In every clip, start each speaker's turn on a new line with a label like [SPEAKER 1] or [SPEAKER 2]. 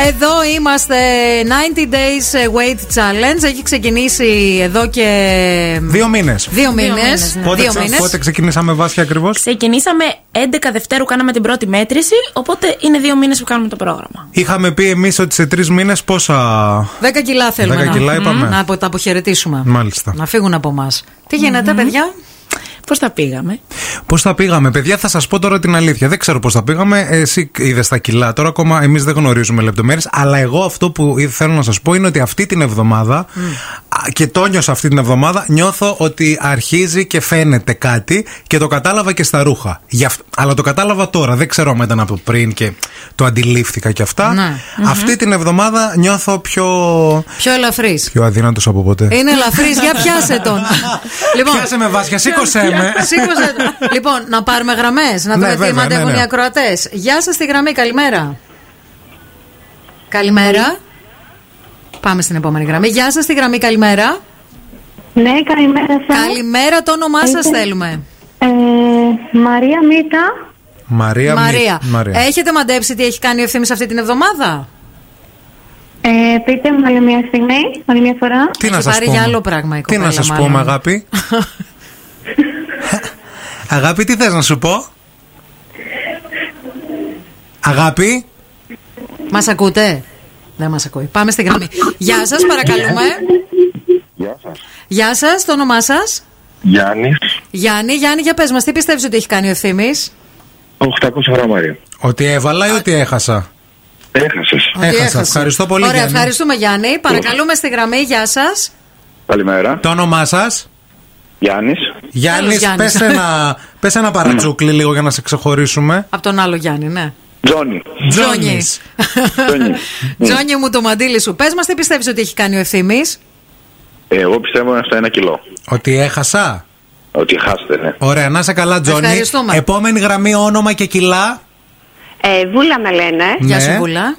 [SPEAKER 1] Εδώ είμαστε 90 Days ε, Weight Challenge. Έχει ξεκινήσει εδώ και.
[SPEAKER 2] Δύο μήνες.
[SPEAKER 1] Δύο μήνες.
[SPEAKER 3] μήνες, ναι.
[SPEAKER 2] Πότε,
[SPEAKER 1] Δύο
[SPEAKER 2] ξε-
[SPEAKER 1] μήνες.
[SPEAKER 2] πότε ξεκινήσαμε βάση ακριβώς.
[SPEAKER 3] Ξεκινήσαμε 11 Δευτέρου, κάναμε την πρώτη μέτρηση. Οπότε είναι δύο μήνες που κάνουμε το πρόγραμμα.
[SPEAKER 2] Είχαμε πει εμείς ότι σε τρεις μήνες πόσα.
[SPEAKER 1] 10 κιλά θέλουμε
[SPEAKER 2] 10
[SPEAKER 1] να,
[SPEAKER 2] κιλά είπαμε.
[SPEAKER 1] να απο- τα αποχαιρετήσουμε.
[SPEAKER 2] Μάλιστα.
[SPEAKER 1] Να φύγουν από εμά. Τι γίνεται, παιδιά.
[SPEAKER 3] Πώς τα πήγαμε.
[SPEAKER 2] Πώς τα πήγαμε, παιδιά, θα σας πω τώρα την αλήθεια. Δεν ξέρω πώς τα πήγαμε. Εσύ είδες τα κιλά. Τώρα ακόμα εμείς δεν γνωρίζουμε λεπτομέρειες. Αλλά εγώ αυτό που ή- θέλω να σας πω είναι ότι αυτή την εβδομάδα
[SPEAKER 1] Mm.
[SPEAKER 2] α, και το νιώσα αυτή την εβδομάδα, νιώθω ότι αρχίζει και φαίνεται κάτι και το κατάλαβα και στα ρούχα. Γι' αυ- Αλλά το κατάλαβα τώρα. Δεν ξέρω αν ήταν από πριν και το αντιλήφθηκα και αυτά.
[SPEAKER 1] Ναι.
[SPEAKER 2] Αυτή την εβδομάδα νιώθω πιο.
[SPEAKER 1] Πιο ελαφρύς.
[SPEAKER 2] πιο αδύνατος από ποτέ.
[SPEAKER 1] Είναι ελαφρύς, για πιάσε τον. Λοιπόν,
[SPEAKER 2] Πιάσε με βάσια, σήκωσέ με.
[SPEAKER 1] σήκωσε τον. λοιπόν, να πάρουμε γραμμές, να
[SPEAKER 2] Ναι,
[SPEAKER 1] δούμε τι
[SPEAKER 2] βέβαια,
[SPEAKER 1] μαντεύουν
[SPEAKER 2] ναι, ναι.
[SPEAKER 1] οι ακροατές. Γεια σας στη γραμμή, καλημέρα. Καλημέρα. Πάμε στην επόμενη γραμμή. Γεια σας στη γραμμή, καλημέρα.
[SPEAKER 4] Ναι, καλημέρα σας.
[SPEAKER 1] Καλημέρα, το όνομά σας
[SPEAKER 4] Καλημέρα.
[SPEAKER 1] θέλουμε.
[SPEAKER 4] Ε, Μαρία Μίτα.
[SPEAKER 2] Μαρία, Μη-
[SPEAKER 1] Μαρία.
[SPEAKER 2] Μαρία.
[SPEAKER 1] Έχετε μαντέψει τι έχει κάνει ο ευθύνη αυτή την εβδομάδα.
[SPEAKER 4] Ε, πείτε μου άλλη μια στιγμή, άλλη μια φορά.
[SPEAKER 2] Τι
[SPEAKER 1] Έχει
[SPEAKER 2] να σας
[SPEAKER 1] πάρει
[SPEAKER 2] πω.
[SPEAKER 1] για άλλο πράγμα η
[SPEAKER 2] Τι να
[SPEAKER 1] κοπέλα,
[SPEAKER 2] σας
[SPEAKER 1] μάλλον.
[SPEAKER 2] πω, αγάπη. αγάπη, τι θες να σου πω. Αγάπη.
[SPEAKER 1] Μας ακούτε. Δεν μας ακούει. Πάμε στη γραμμή. Γεια σας, παρακαλούμε.
[SPEAKER 5] Γεια σας.
[SPEAKER 1] Γεια σας, το όνομά σας.
[SPEAKER 5] Γιάννης,
[SPEAKER 1] Γιάννη, Γιάννη, για πες μας, τι πιστεύεις ότι έχει κάνει ο ευθύνη.
[SPEAKER 5] 800 γραμμάρια.
[SPEAKER 2] Ότι έβαλα ή ότι έχασα.
[SPEAKER 5] Έχασες.
[SPEAKER 2] Έχασα. Ευχαριστώ πολύ,
[SPEAKER 1] Ωραία,
[SPEAKER 2] Γιάννη.
[SPEAKER 1] ευχαριστούμε Γιάννη. Παρακαλούμε στη γραμμή, γεια σας.
[SPEAKER 5] Καλημέρα.
[SPEAKER 2] Το όνομά σας.
[SPEAKER 5] Γιάννης.
[SPEAKER 2] Γιάννης,
[SPEAKER 1] Γιάννης.
[SPEAKER 2] πες ένα, πες ένα παρατσούκλι λίγο για να σε ξεχωρίσουμε.
[SPEAKER 1] Από τον άλλο Γιάννη, ναι.
[SPEAKER 5] Τζόνι.
[SPEAKER 2] Τζόνις.
[SPEAKER 5] Τζόνι.
[SPEAKER 1] Τζόνι μου το μαντίλι σου. Πες μας, τι πιστεύεις ότι έχει κάνει ο ευθύνη.
[SPEAKER 5] Ε, εγώ πιστεύω είναι στα ένα κιλό.
[SPEAKER 2] Ότι έχασα.
[SPEAKER 5] Ότι χάστε, ναι.
[SPEAKER 2] Ωραία, να είσαι καλά, Τζόνι.
[SPEAKER 1] Ευχαριστούμε.
[SPEAKER 2] Επόμενη γραμμή, όνομα και κιλά.
[SPEAKER 6] Ε, βούλα με λένε. ε.
[SPEAKER 1] Γεια
[SPEAKER 2] Ναι.
[SPEAKER 1] σου, Βουλά.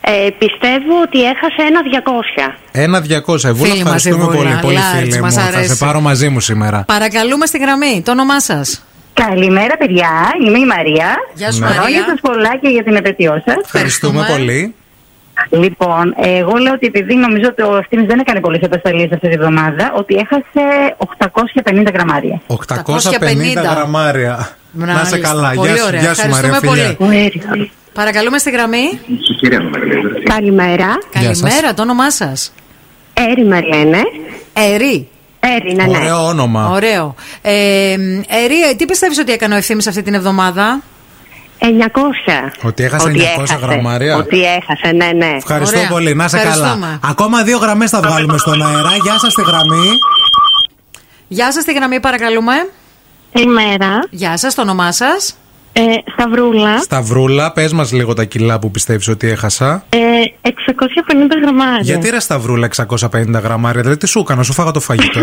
[SPEAKER 6] Ε, πιστεύω ότι έχασε ένα 200.
[SPEAKER 2] Ένα 200 ευρώ.
[SPEAKER 1] Φίλη μας η
[SPEAKER 2] Ευχαριστούμε
[SPEAKER 1] Βούλα.
[SPEAKER 2] πολύ. Πολύ
[SPEAKER 1] Λάρτς,
[SPEAKER 2] φίλη μου.
[SPEAKER 1] μας
[SPEAKER 2] Θα
[SPEAKER 1] αρέσει.
[SPEAKER 2] σε πάρω μαζί μου σήμερα.
[SPEAKER 1] Παρακαλούμε στη γραμμή, το όνομά σας.
[SPEAKER 7] Καλημέρα, παιδιά. Είμαι η Μαρία.
[SPEAKER 1] Γεια σου,
[SPEAKER 2] Ναι.
[SPEAKER 7] Χρόνια
[SPEAKER 1] Μαρία.
[SPEAKER 7] σας πολλά και για την επαιτειό σας.
[SPEAKER 2] Ευχαριστούμε
[SPEAKER 1] Ευχαριστούμε.
[SPEAKER 2] πολύ.
[SPEAKER 7] Λοιπόν, εγώ λέω ότι επειδή νομίζω ότι ο Ευθύνη δεν έκανε πολλές επαστολίε αυτή τη βδομάδα, ότι έχασε 850 γραμμάρια.
[SPEAKER 2] 850 γραμμάρια. Να
[SPEAKER 1] Μάλιστα.
[SPEAKER 2] είσαι καλά.
[SPEAKER 1] Πολύ
[SPEAKER 2] Γεια σου,
[SPEAKER 1] ωραία.
[SPEAKER 2] γεια σου
[SPEAKER 1] Ευχαριστούμε
[SPEAKER 2] Μαρία Φιλιά.
[SPEAKER 1] πολύ. Παρακαλούμε στη γραμμή.
[SPEAKER 6] Καλημέρα.
[SPEAKER 2] Γεια σας.
[SPEAKER 1] Καλημέρα, το όνομά σας.
[SPEAKER 6] Έρη με λένε.
[SPEAKER 1] Ερή.
[SPEAKER 6] Έρη, ναι, ναι.
[SPEAKER 2] Ωραίο όνομα.
[SPEAKER 1] Ωραίο. Ε, Ερή, ε, τι πιστεύεις ότι έκανε ο ευθύνη αυτή την εβδομάδα.
[SPEAKER 6] 900.
[SPEAKER 2] Ότι έχασε 900 γραμμάρια.
[SPEAKER 6] Ότι έχασε, ναι, ναι.
[SPEAKER 2] Ευχαριστώ
[SPEAKER 1] Ωραία.
[SPEAKER 2] πολύ. Να είσαι
[SPEAKER 1] Ευχαριστούμε.
[SPEAKER 2] καλά. Ακόμα δύο γραμμές θα βγάλουμε στον αέρα. Γεια σας στη γραμμή.
[SPEAKER 1] Γεια σας στη γραμμή, παρακαλούμε.
[SPEAKER 4] Καλημέρα.
[SPEAKER 1] Γεια σας, το όνομά σας.
[SPEAKER 4] Ε, Σταυρούλα.
[SPEAKER 2] Σταυρούλα, πες μας λίγο τα κιλά που πιστεύεις ότι έχασα.
[SPEAKER 4] Ε, 650
[SPEAKER 1] ναι.
[SPEAKER 4] γραμμάρια.
[SPEAKER 2] Γιατί ρε Σταυρούλα 650 γραμμάρια, δηλαδή τι σου έκανα, σου φάγα το φαγητό.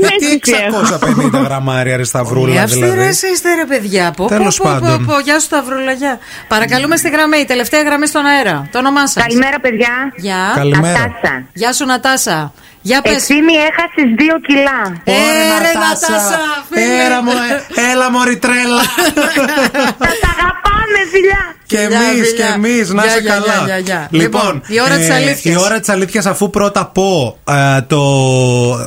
[SPEAKER 2] Γιατί
[SPEAKER 4] Αίσθηση έχω.
[SPEAKER 2] 650 γραμμάρια ρε
[SPEAKER 1] Οι
[SPEAKER 2] Σταυρούλα
[SPEAKER 1] αυστηρέ
[SPEAKER 2] δηλαδή.
[SPEAKER 1] είστε, ρε παιδιά. Πω, πω,
[SPEAKER 2] Τέλος
[SPEAKER 1] πω, πω,
[SPEAKER 2] πάντων.
[SPEAKER 1] πω. Γεια σου, Σταυρούλα. γεια. Παρακαλούμε στη γραμμή, τελευταία γραμμή στον αέρα. Το όνομά σας.
[SPEAKER 7] Καλημέρα, παιδιά.
[SPEAKER 1] Γεια.
[SPEAKER 2] Καλημέρα.
[SPEAKER 7] Νατάσα.
[SPEAKER 1] Γεια σου, Νατάσα. Για πες.
[SPEAKER 7] Ευθύνη έχασε 2 κιλά.
[SPEAKER 1] Ε,
[SPEAKER 2] Ωραία,
[SPEAKER 1] ρε,
[SPEAKER 2] Νατάσα.
[SPEAKER 1] Νατάσα, φίλε.
[SPEAKER 2] Έρα μου, ε, Έλα μωρή τρέλα.
[SPEAKER 7] Θα τα αγαπάμε, φιλιά.
[SPEAKER 2] Και
[SPEAKER 1] Φιλιά,
[SPEAKER 2] εμεί,
[SPEAKER 1] φιλιά.
[SPEAKER 2] και εμείς, να
[SPEAKER 1] Γεια,
[SPEAKER 2] είσαι
[SPEAKER 1] γεια,
[SPEAKER 2] καλά.
[SPEAKER 1] γεια, γεια, γεια.
[SPEAKER 2] Λοιπόν,
[SPEAKER 1] Λοιπόν, η ώρα της αλήθειας.
[SPEAKER 2] Η ώρα της αλήθειας, αφού πρώτα πω ε, το,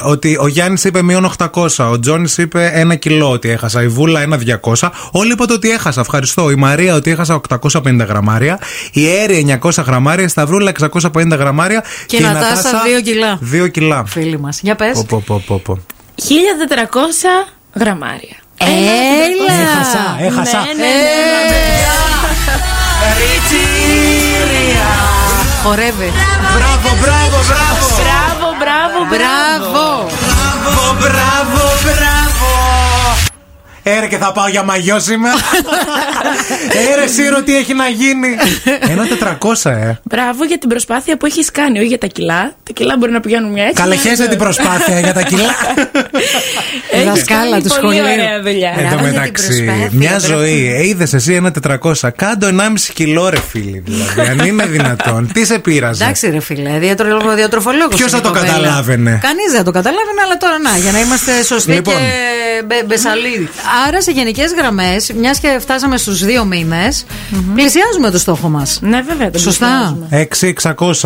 [SPEAKER 2] ότι ο Γιάννης είπε μείον 800, ο Τζόνις είπε ένα κιλό ότι έχασα, η Βούλα ένα 200. Όλοι είπατε ότι έχασα, ευχαριστώ. Η Μαρία ότι έχασα 850 γραμμάρια, η Έρη 900 γραμμάρια, η Σταυρούλα 650 γραμμάρια
[SPEAKER 1] Και η Νατάσα δύο κιλά.
[SPEAKER 2] 2 κιλά.
[SPEAKER 1] Φίλοι μας. Για πες.
[SPEAKER 2] Πω, πω, πω, πω, πω.
[SPEAKER 3] 1400 γραμμάρια.
[SPEAKER 1] Έλα. Ε,
[SPEAKER 2] Έχασα, έχασα.
[SPEAKER 3] Ναι, ναι, ναι, ναι, ναι.
[SPEAKER 1] Χορεύει.
[SPEAKER 2] Μπράβο, μπράβο, μπράβο.
[SPEAKER 3] Μπράβο, μπράβο,
[SPEAKER 1] Μπράβο.
[SPEAKER 2] Μπράβο, μπράβο, μπράβο. Έρε και θα πάω για μαγιό σήμερα. Έρε σύρο τι έχει να γίνει. Ένα 400, ε.
[SPEAKER 3] Μπράβο για την προσπάθεια που έχεις κάνει, όχι για τα κιλά. Τα κιλά μπορεί να πηγαίνουν μια έτσι.
[SPEAKER 2] Καλεχέσε την προσπάθεια για τα κιλά.
[SPEAKER 3] Έχεις
[SPEAKER 1] δασκάλα
[SPEAKER 3] κάνει
[SPEAKER 1] του
[SPEAKER 3] πολύ
[SPEAKER 1] σχολείου.
[SPEAKER 3] Ωραία δουλειά.
[SPEAKER 2] Εν τω
[SPEAKER 1] Μπράβο για την
[SPEAKER 2] μεταξύ,
[SPEAKER 1] προσπάθεια,
[SPEAKER 2] μια
[SPEAKER 1] μπράβο.
[SPEAKER 2] ζωή. Είδες εσύ ένα 400. Κάντο 1,5 κιλό, ρε φίλοι. Δηλαδή, αν είναι δυνατόν. Τι σε πείραζε.
[SPEAKER 1] Εντάξει, ρε φίλε, διατρο, διατροφολόγος.
[SPEAKER 2] Ποιος θα το καταλάβαινε?
[SPEAKER 1] Κανείς δεν το καταλάβαινε, αλλά τώρα να, για να είμαστε σωστοί
[SPEAKER 2] Λοιπόν.
[SPEAKER 1] και μπε, μπεσαλίδι. άρα σε γενικές γραμμές, μιας και φτάσαμε στους δύο μήνες, πλησιάζουμε το στόχο μας.
[SPEAKER 3] Ναι, βέβαια. τον
[SPEAKER 1] Σωστά.
[SPEAKER 3] πλησιάζουμε.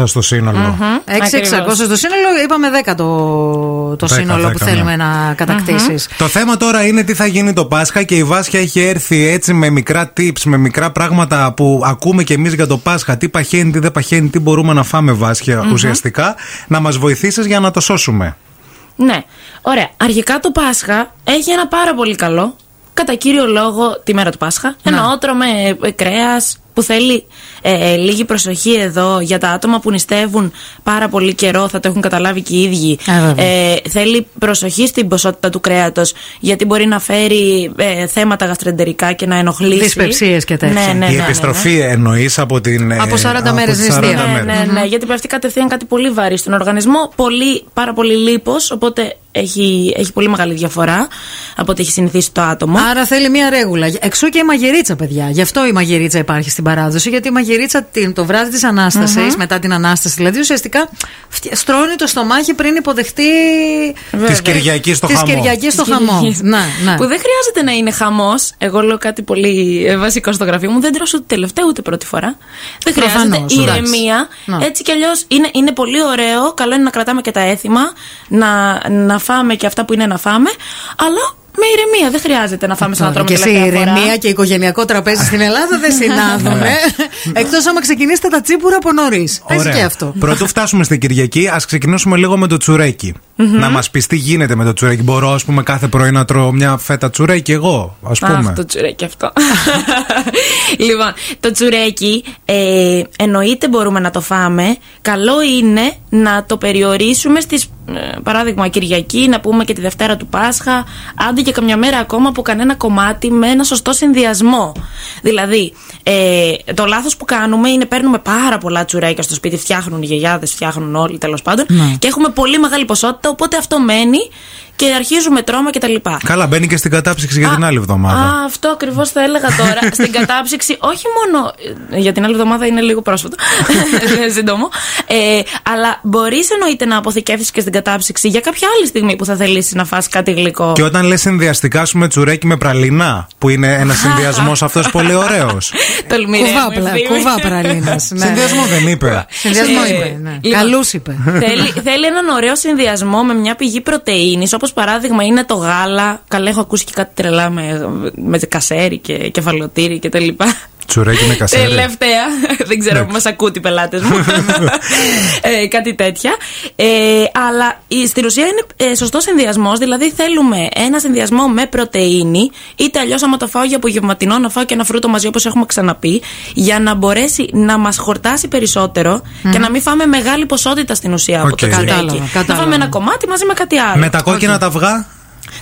[SPEAKER 2] 6-600 στο συνολο
[SPEAKER 1] 6-600
[SPEAKER 3] Ακριβώς.
[SPEAKER 1] στο σύνολο, είπαμε 10 το, το
[SPEAKER 2] 10,
[SPEAKER 1] σύνολο που
[SPEAKER 2] 10, ναι.
[SPEAKER 1] θέλουμε να κατακτήσεις.
[SPEAKER 2] Το θέμα τώρα είναι τι θα γίνει το Πάσχα και η Βάσια έχει έρθει έτσι με μικρά tips, με μικρά πράγματα που ακούμε και εμείς για το Πάσχα. Τι παχαίνει, τι δεν παχαίνει, τι μπορούμε να φάμε, Βάσια, ουσιαστικά, να μας βοηθήσεις για να το σώσουμε.
[SPEAKER 3] Ναι. Ωραία. Αρχικά το Πάσχα έχει ένα πάρα πολύ καλό. Κατά κύριο λόγο τη μέρα του Πάσχα. Ένα ότρο με ε, κρέας που θέλει ε, ε, λίγη προσοχή εδώ για τα άτομα που νηστεύουν πάρα πολύ καιρό, θα το έχουν καταλάβει και οι ίδιοι.
[SPEAKER 1] Ε, βέβαια.
[SPEAKER 3] Ε, θέλει προσοχή στην ποσότητα του κρέατος γιατί μπορεί να φέρει ε, θέματα γαστρεντερικά και να ενοχλήσει.
[SPEAKER 1] Δυσπεψίες και τέτοια.
[SPEAKER 3] Ναι, ναι,
[SPEAKER 2] η
[SPEAKER 3] ναι, ναι,
[SPEAKER 2] επιστροφή εννοείς από την. ε,
[SPEAKER 1] Από 40 μέρες
[SPEAKER 2] τις
[SPEAKER 1] νηστεία.
[SPEAKER 2] 40
[SPEAKER 1] Ναι,
[SPEAKER 2] μέρες.
[SPEAKER 3] ναι, ναι, γιατί πέφτει κατευθείαν κάτι πολύ βαρύ στον οργανισμό. Πολύ, πάρα πολύ λίπος, οπότε έχει, έχει πολύ μεγάλη διαφορά από ό,τι έχει συνηθίσει το άτομο.
[SPEAKER 1] Άρα θέλει μία ρέγουλα. Εξού και η μαγειρίτσα, παιδιά. Γι' αυτό η μαγειρίτσα υπάρχει στην παράδοση. Γιατί η μαγειρίτσα την- το βράδυ της ανασταση μετά την ανάσταση δηλαδή, ουσιαστικά φτια- στρώνει το στομάχι πριν υποδεχτεί.
[SPEAKER 2] Της Κυριακής το
[SPEAKER 1] Της
[SPEAKER 2] χαμό.
[SPEAKER 1] Κυριακής το χαμό. Ναι, ναι.
[SPEAKER 3] Που δεν χρειάζεται να είναι χαμός. Εγώ λέω κάτι πολύ ε, βασικό στο γραφείο μου. Δεν τρώω ούτε τελευταία ούτε πρώτη φορά. Δεν χρειάζεται
[SPEAKER 1] Προφανώς, εντάξει.
[SPEAKER 3] ηρεμία.
[SPEAKER 1] Ναι.
[SPEAKER 3] Έτσι κι αλλιώς είναι, είναι πολύ ωραίο. Καλό είναι να κρατάμε και τα έθιμα. Να, να φάμε και αυτά που είναι να φάμε. Αλλά με ηρεμία. Δεν χρειάζεται να φάμε σαν να
[SPEAKER 1] Τώρα
[SPEAKER 3] τρώμε
[SPEAKER 1] και εσύ η
[SPEAKER 3] τελευταία φορά.
[SPEAKER 1] ηρεμία και οικογενειακό τραπέζι στην Ελλάδα δεν συνάδουν. ε. Εκτός άμα ξεκινήσετε τα τσίπουρα από νωρίς. Παίζει και αυτό.
[SPEAKER 2] Πρωτού φτάσουμε στην Κυριακή, ας ξεκινήσουμε λίγο με το τσουρεκι Να μας πεις τι γίνεται με το τσουρέκι. Μπορώ, ας πούμε, κάθε πρωί να τρώω μια φέτα τσουρέκι εγώ, ας πούμε.
[SPEAKER 3] Αχ, το τσουρέκι αυτό. λοιπόν, το τσουρέκι ε, εννοείται μπορούμε να το φάμε. Καλό είναι να το περιορίσουμε στις, ε, παράδειγμα, Κυριακή, να πούμε και τη Δευτέρα του Πάσχα, άντε και καμιά μέρα ακόμα από κανένα κομμάτι με ένα σωστό συνδυασμό. Δηλαδή, ε, το λάθος που κάνουμε είναι παίρνουμε πάρα πολλά τσουρέκια στο σπίτι, φτιάχνουν οι γιαγιάδες, φτιάχνουν όλοι τέλος πάντων
[SPEAKER 2] Ναι.
[SPEAKER 3] και έχουμε πολύ μεγάλη ποσότητα, οπότε αυτό μένει και αρχίζουμε τρώμα κτλ.
[SPEAKER 2] Καλά, μπαίνει και στην κατάψυξη για την άλλη εβδομάδα.
[SPEAKER 3] Α, αυτό ακριβώς θα έλεγα τώρα. Στην κατάψυξη, όχι μόνο. ε, Για την άλλη εβδομάδα είναι λίγο πρόσφατο. είναι Σύντομο. Ε, αλλά μπορείς εννοείται να αποθηκεύσεις και στην κατάψυξη για κάποια άλλη στιγμή που θα θελήσεις να φας κάτι γλυκό.
[SPEAKER 2] Και όταν λες συνδυαστικά, ας πούμε τσουρέκι με πραλίνα, που είναι ένας συνδυασμός αυτός πολύ ωραίος.
[SPEAKER 3] Τολμηρέ μου,
[SPEAKER 1] Κουβάπλα,
[SPEAKER 3] ευθύμη.
[SPEAKER 1] κουβά πραλίνας.
[SPEAKER 3] Ναι.
[SPEAKER 2] Συνδυασμό δεν είπε.
[SPEAKER 1] Συνδυασμό
[SPEAKER 3] Ε,
[SPEAKER 1] είπε. ναι.
[SPEAKER 3] λοιπόν.
[SPEAKER 1] Καλούς είπε.
[SPEAKER 3] θέλει, θέλει έναν ωραίο συνδυασμό με μια πηγή πρωτεΐνης όπως παράδειγμα είναι το γάλα. Καλά, έχω ακούσει και κάτι τρελά με, με κασέρι και κεφαλοτήρι και τα λοιπά.
[SPEAKER 2] Τσουρέκι με κασέρι.
[SPEAKER 3] Τελευταία. Ε, Δεν ξέρω που μας ακούτε οι πελάτες μου. ε, κάτι τέτοια. Ε, αλλά η- στην ουσία είναι ε, σωστός συνδυασμό. Δηλαδή θέλουμε ένα συνδυασμό με πρωτενη, είτε αλλιώς άμα το φάω για απογευματινό, να φάω και ένα φρούτο μαζί όπως έχουμε ξαναπεί, για να μπορέσει να μας χορτάσει περισσότερο και να μην φάμε μεγάλη ποσότητα στην ουσία από
[SPEAKER 2] Οκ.
[SPEAKER 3] το τσουρέκι.
[SPEAKER 1] Κατάλαβα,
[SPEAKER 3] Να
[SPEAKER 1] κατάλαβα.
[SPEAKER 3] φάμε ένα κομμάτι μαζί με κάτι άλλο.
[SPEAKER 2] Με τα κόκκινα τα αυγά.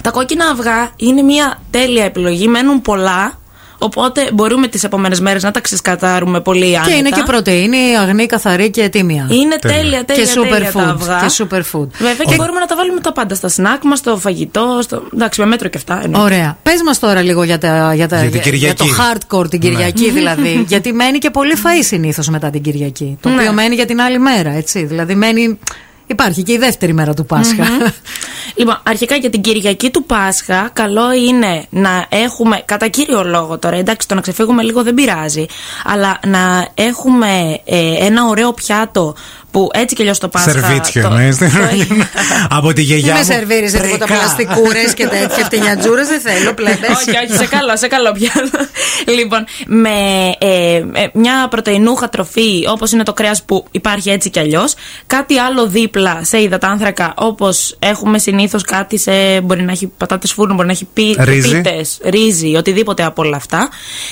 [SPEAKER 3] Τα κόκκινα αυγά είναι μια τέλεια επιλογή. Μένουν πολλά. Οπότε μπορούμε τις επόμενες μέρες να τα ξεσκατάρουμε πολύ άνετα.
[SPEAKER 1] Και είναι και πρωτεΐνη, αγνή, καθαρή και τίμια.
[SPEAKER 3] Είναι
[SPEAKER 2] Τέλεια.
[SPEAKER 3] τέλεια, τέλεια.
[SPEAKER 1] Και
[SPEAKER 3] τέλεια
[SPEAKER 1] superfood,
[SPEAKER 3] τα αυγά.
[SPEAKER 1] και superfood.
[SPEAKER 3] Βέβαια και μπορούμε να τα βάλουμε τα πάντα στα σνακ μας, στο φαγητό. Στο... Εντάξει, με μέτρο και αυτά. εννοώ.
[SPEAKER 1] Ωραία. Πες μας τώρα λίγο για, τα, για, τα,
[SPEAKER 2] Για την
[SPEAKER 1] για το
[SPEAKER 2] Κυριακή. Ναι.
[SPEAKER 1] hardcore την Κυριακή δηλαδή. γιατί μένει και πολύ φαΐ συνήθως μετά την Κυριακή.
[SPEAKER 3] Ναι.
[SPEAKER 1] Το οποίο μένει για την άλλη μέρα, έτσι. Δηλαδή μένει. Υπάρχει και η δεύτερη μέρα του πασχα
[SPEAKER 3] Λοιπόν, αρχικά για την Κυριακή του Πάσχα, καλό είναι να έχουμε, κατά κύριο λόγο τώρα, εντάξει, το να ξεφύγουμε λίγο δεν πειράζει, αλλά να έχουμε ε, ένα ωραίο πιάτο που έτσι κι αλλιώς το Πάσχα.
[SPEAKER 2] Σερβίτσιο
[SPEAKER 3] το-
[SPEAKER 2] εννοείς.
[SPEAKER 3] το-
[SPEAKER 2] Από τη
[SPEAKER 1] Δεν
[SPEAKER 2] γιαγιά
[SPEAKER 1] με
[SPEAKER 2] μου.
[SPEAKER 1] σερβίριζε τίποτα
[SPEAKER 2] Πρικά.
[SPEAKER 1] πλαστικούρες και τέτοια φτηνιατζούρες. Δεν θέλω πλέμπε.
[SPEAKER 3] όχι, όχι, σε καλό, σε καλό πιάνω. λοιπόν, με ε, ε, μια πρωτεϊνούχα τροφή όπως είναι το κρέας που υπάρχει έτσι κι αλλιώς. Κάτι άλλο δίπλα σε υδατάνθρακα όπως έχουμε συνήθως κάτι σε. μπορεί να έχει πατάτες φούρνου, μπορεί να έχει πι,
[SPEAKER 2] Ρύζι.
[SPEAKER 3] πίτες, ρύζι, οτιδήποτε από όλα αυτά.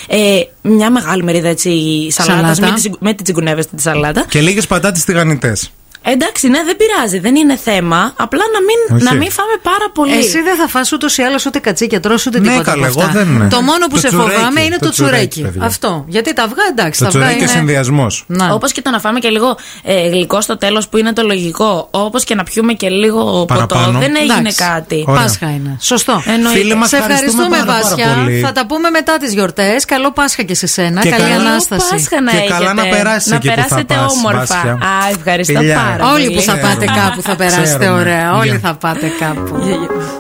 [SPEAKER 3] Ε, μια μεγάλη μερίδα έτσι σαλάτας,
[SPEAKER 1] Σαλάτα.
[SPEAKER 3] μην τη συγκου- μην την τσιγκουνεύεστε τη σαλάτα.
[SPEAKER 2] Και λίγες πατάτες τηγανιτές
[SPEAKER 3] Εντάξει, ναι, δεν πειράζει, δεν είναι θέμα. Απλά να μην,
[SPEAKER 2] Όχι.
[SPEAKER 3] να μην φάμε πάρα πολύ.
[SPEAKER 1] Εσύ δεν θα φας ούτως ή άλλως ούτε κατσίκια, τρως ούτε
[SPEAKER 2] Ναι,
[SPEAKER 1] τίποτα.
[SPEAKER 2] καλά,
[SPEAKER 1] από αυτά.
[SPEAKER 2] εγώ δεν είναι.
[SPEAKER 1] Το μόνο που
[SPEAKER 2] Το
[SPEAKER 1] σε
[SPEAKER 2] τσουρέκι,
[SPEAKER 1] φοβάμαι είναι
[SPEAKER 2] το
[SPEAKER 1] το
[SPEAKER 2] τσουρέκι,
[SPEAKER 1] τσουρέκι.
[SPEAKER 2] παιδιά.
[SPEAKER 1] Αυτό. Γιατί τα αυγά εντάξει,
[SPEAKER 2] Το
[SPEAKER 1] τα αυγά
[SPEAKER 2] τσουρέκι και
[SPEAKER 3] ναι.
[SPEAKER 1] είναι.
[SPEAKER 2] συνδυασμός.
[SPEAKER 1] Να.
[SPEAKER 3] Όπως και το να φάμε και λίγο ε, γλυκό στο τέλος που είναι το λογικό. Όπως και να πιούμε και λίγο
[SPEAKER 2] Παραπάνω.
[SPEAKER 3] ποτό. Δεν έγινε
[SPEAKER 1] Εντάξει.
[SPEAKER 3] κάτι.
[SPEAKER 2] Ωραία.
[SPEAKER 1] Ναι, Πάσχα είναι. Σωστό.
[SPEAKER 3] Εννοείται.
[SPEAKER 2] Φίλε μας,
[SPEAKER 1] σε ευχαριστούμε,
[SPEAKER 2] ευχαριστούμε πάρα, πάρα
[SPEAKER 1] Βάσια.
[SPEAKER 2] πολύ.
[SPEAKER 1] Θα τα πούμε μετά τις γιορτές. Καλό Πάσχα και σε σένα.
[SPEAKER 2] Και
[SPEAKER 1] Καλή
[SPEAKER 2] καλό
[SPEAKER 1] ανάσταση.
[SPEAKER 3] Πάσχα να
[SPEAKER 2] Και
[SPEAKER 3] έχετε.
[SPEAKER 2] καλά να περάσεις
[SPEAKER 3] Να
[SPEAKER 2] εκεί που θα
[SPEAKER 3] περάσετε
[SPEAKER 2] πας,
[SPEAKER 3] όμορφα.
[SPEAKER 2] Βάσια.
[SPEAKER 3] Α, ευχαριστώ
[SPEAKER 2] Φιλιά.
[SPEAKER 3] πάρα πολύ.
[SPEAKER 1] Όλοι που θα
[SPEAKER 2] Ξέρουμε.
[SPEAKER 1] πάτε κάπου θα περάσετε
[SPEAKER 2] Ξέρουμε.
[SPEAKER 1] ωραία. Όλοι
[SPEAKER 2] Γεια.
[SPEAKER 1] θα πάτε κάπου.
[SPEAKER 3] Γεια, γεια.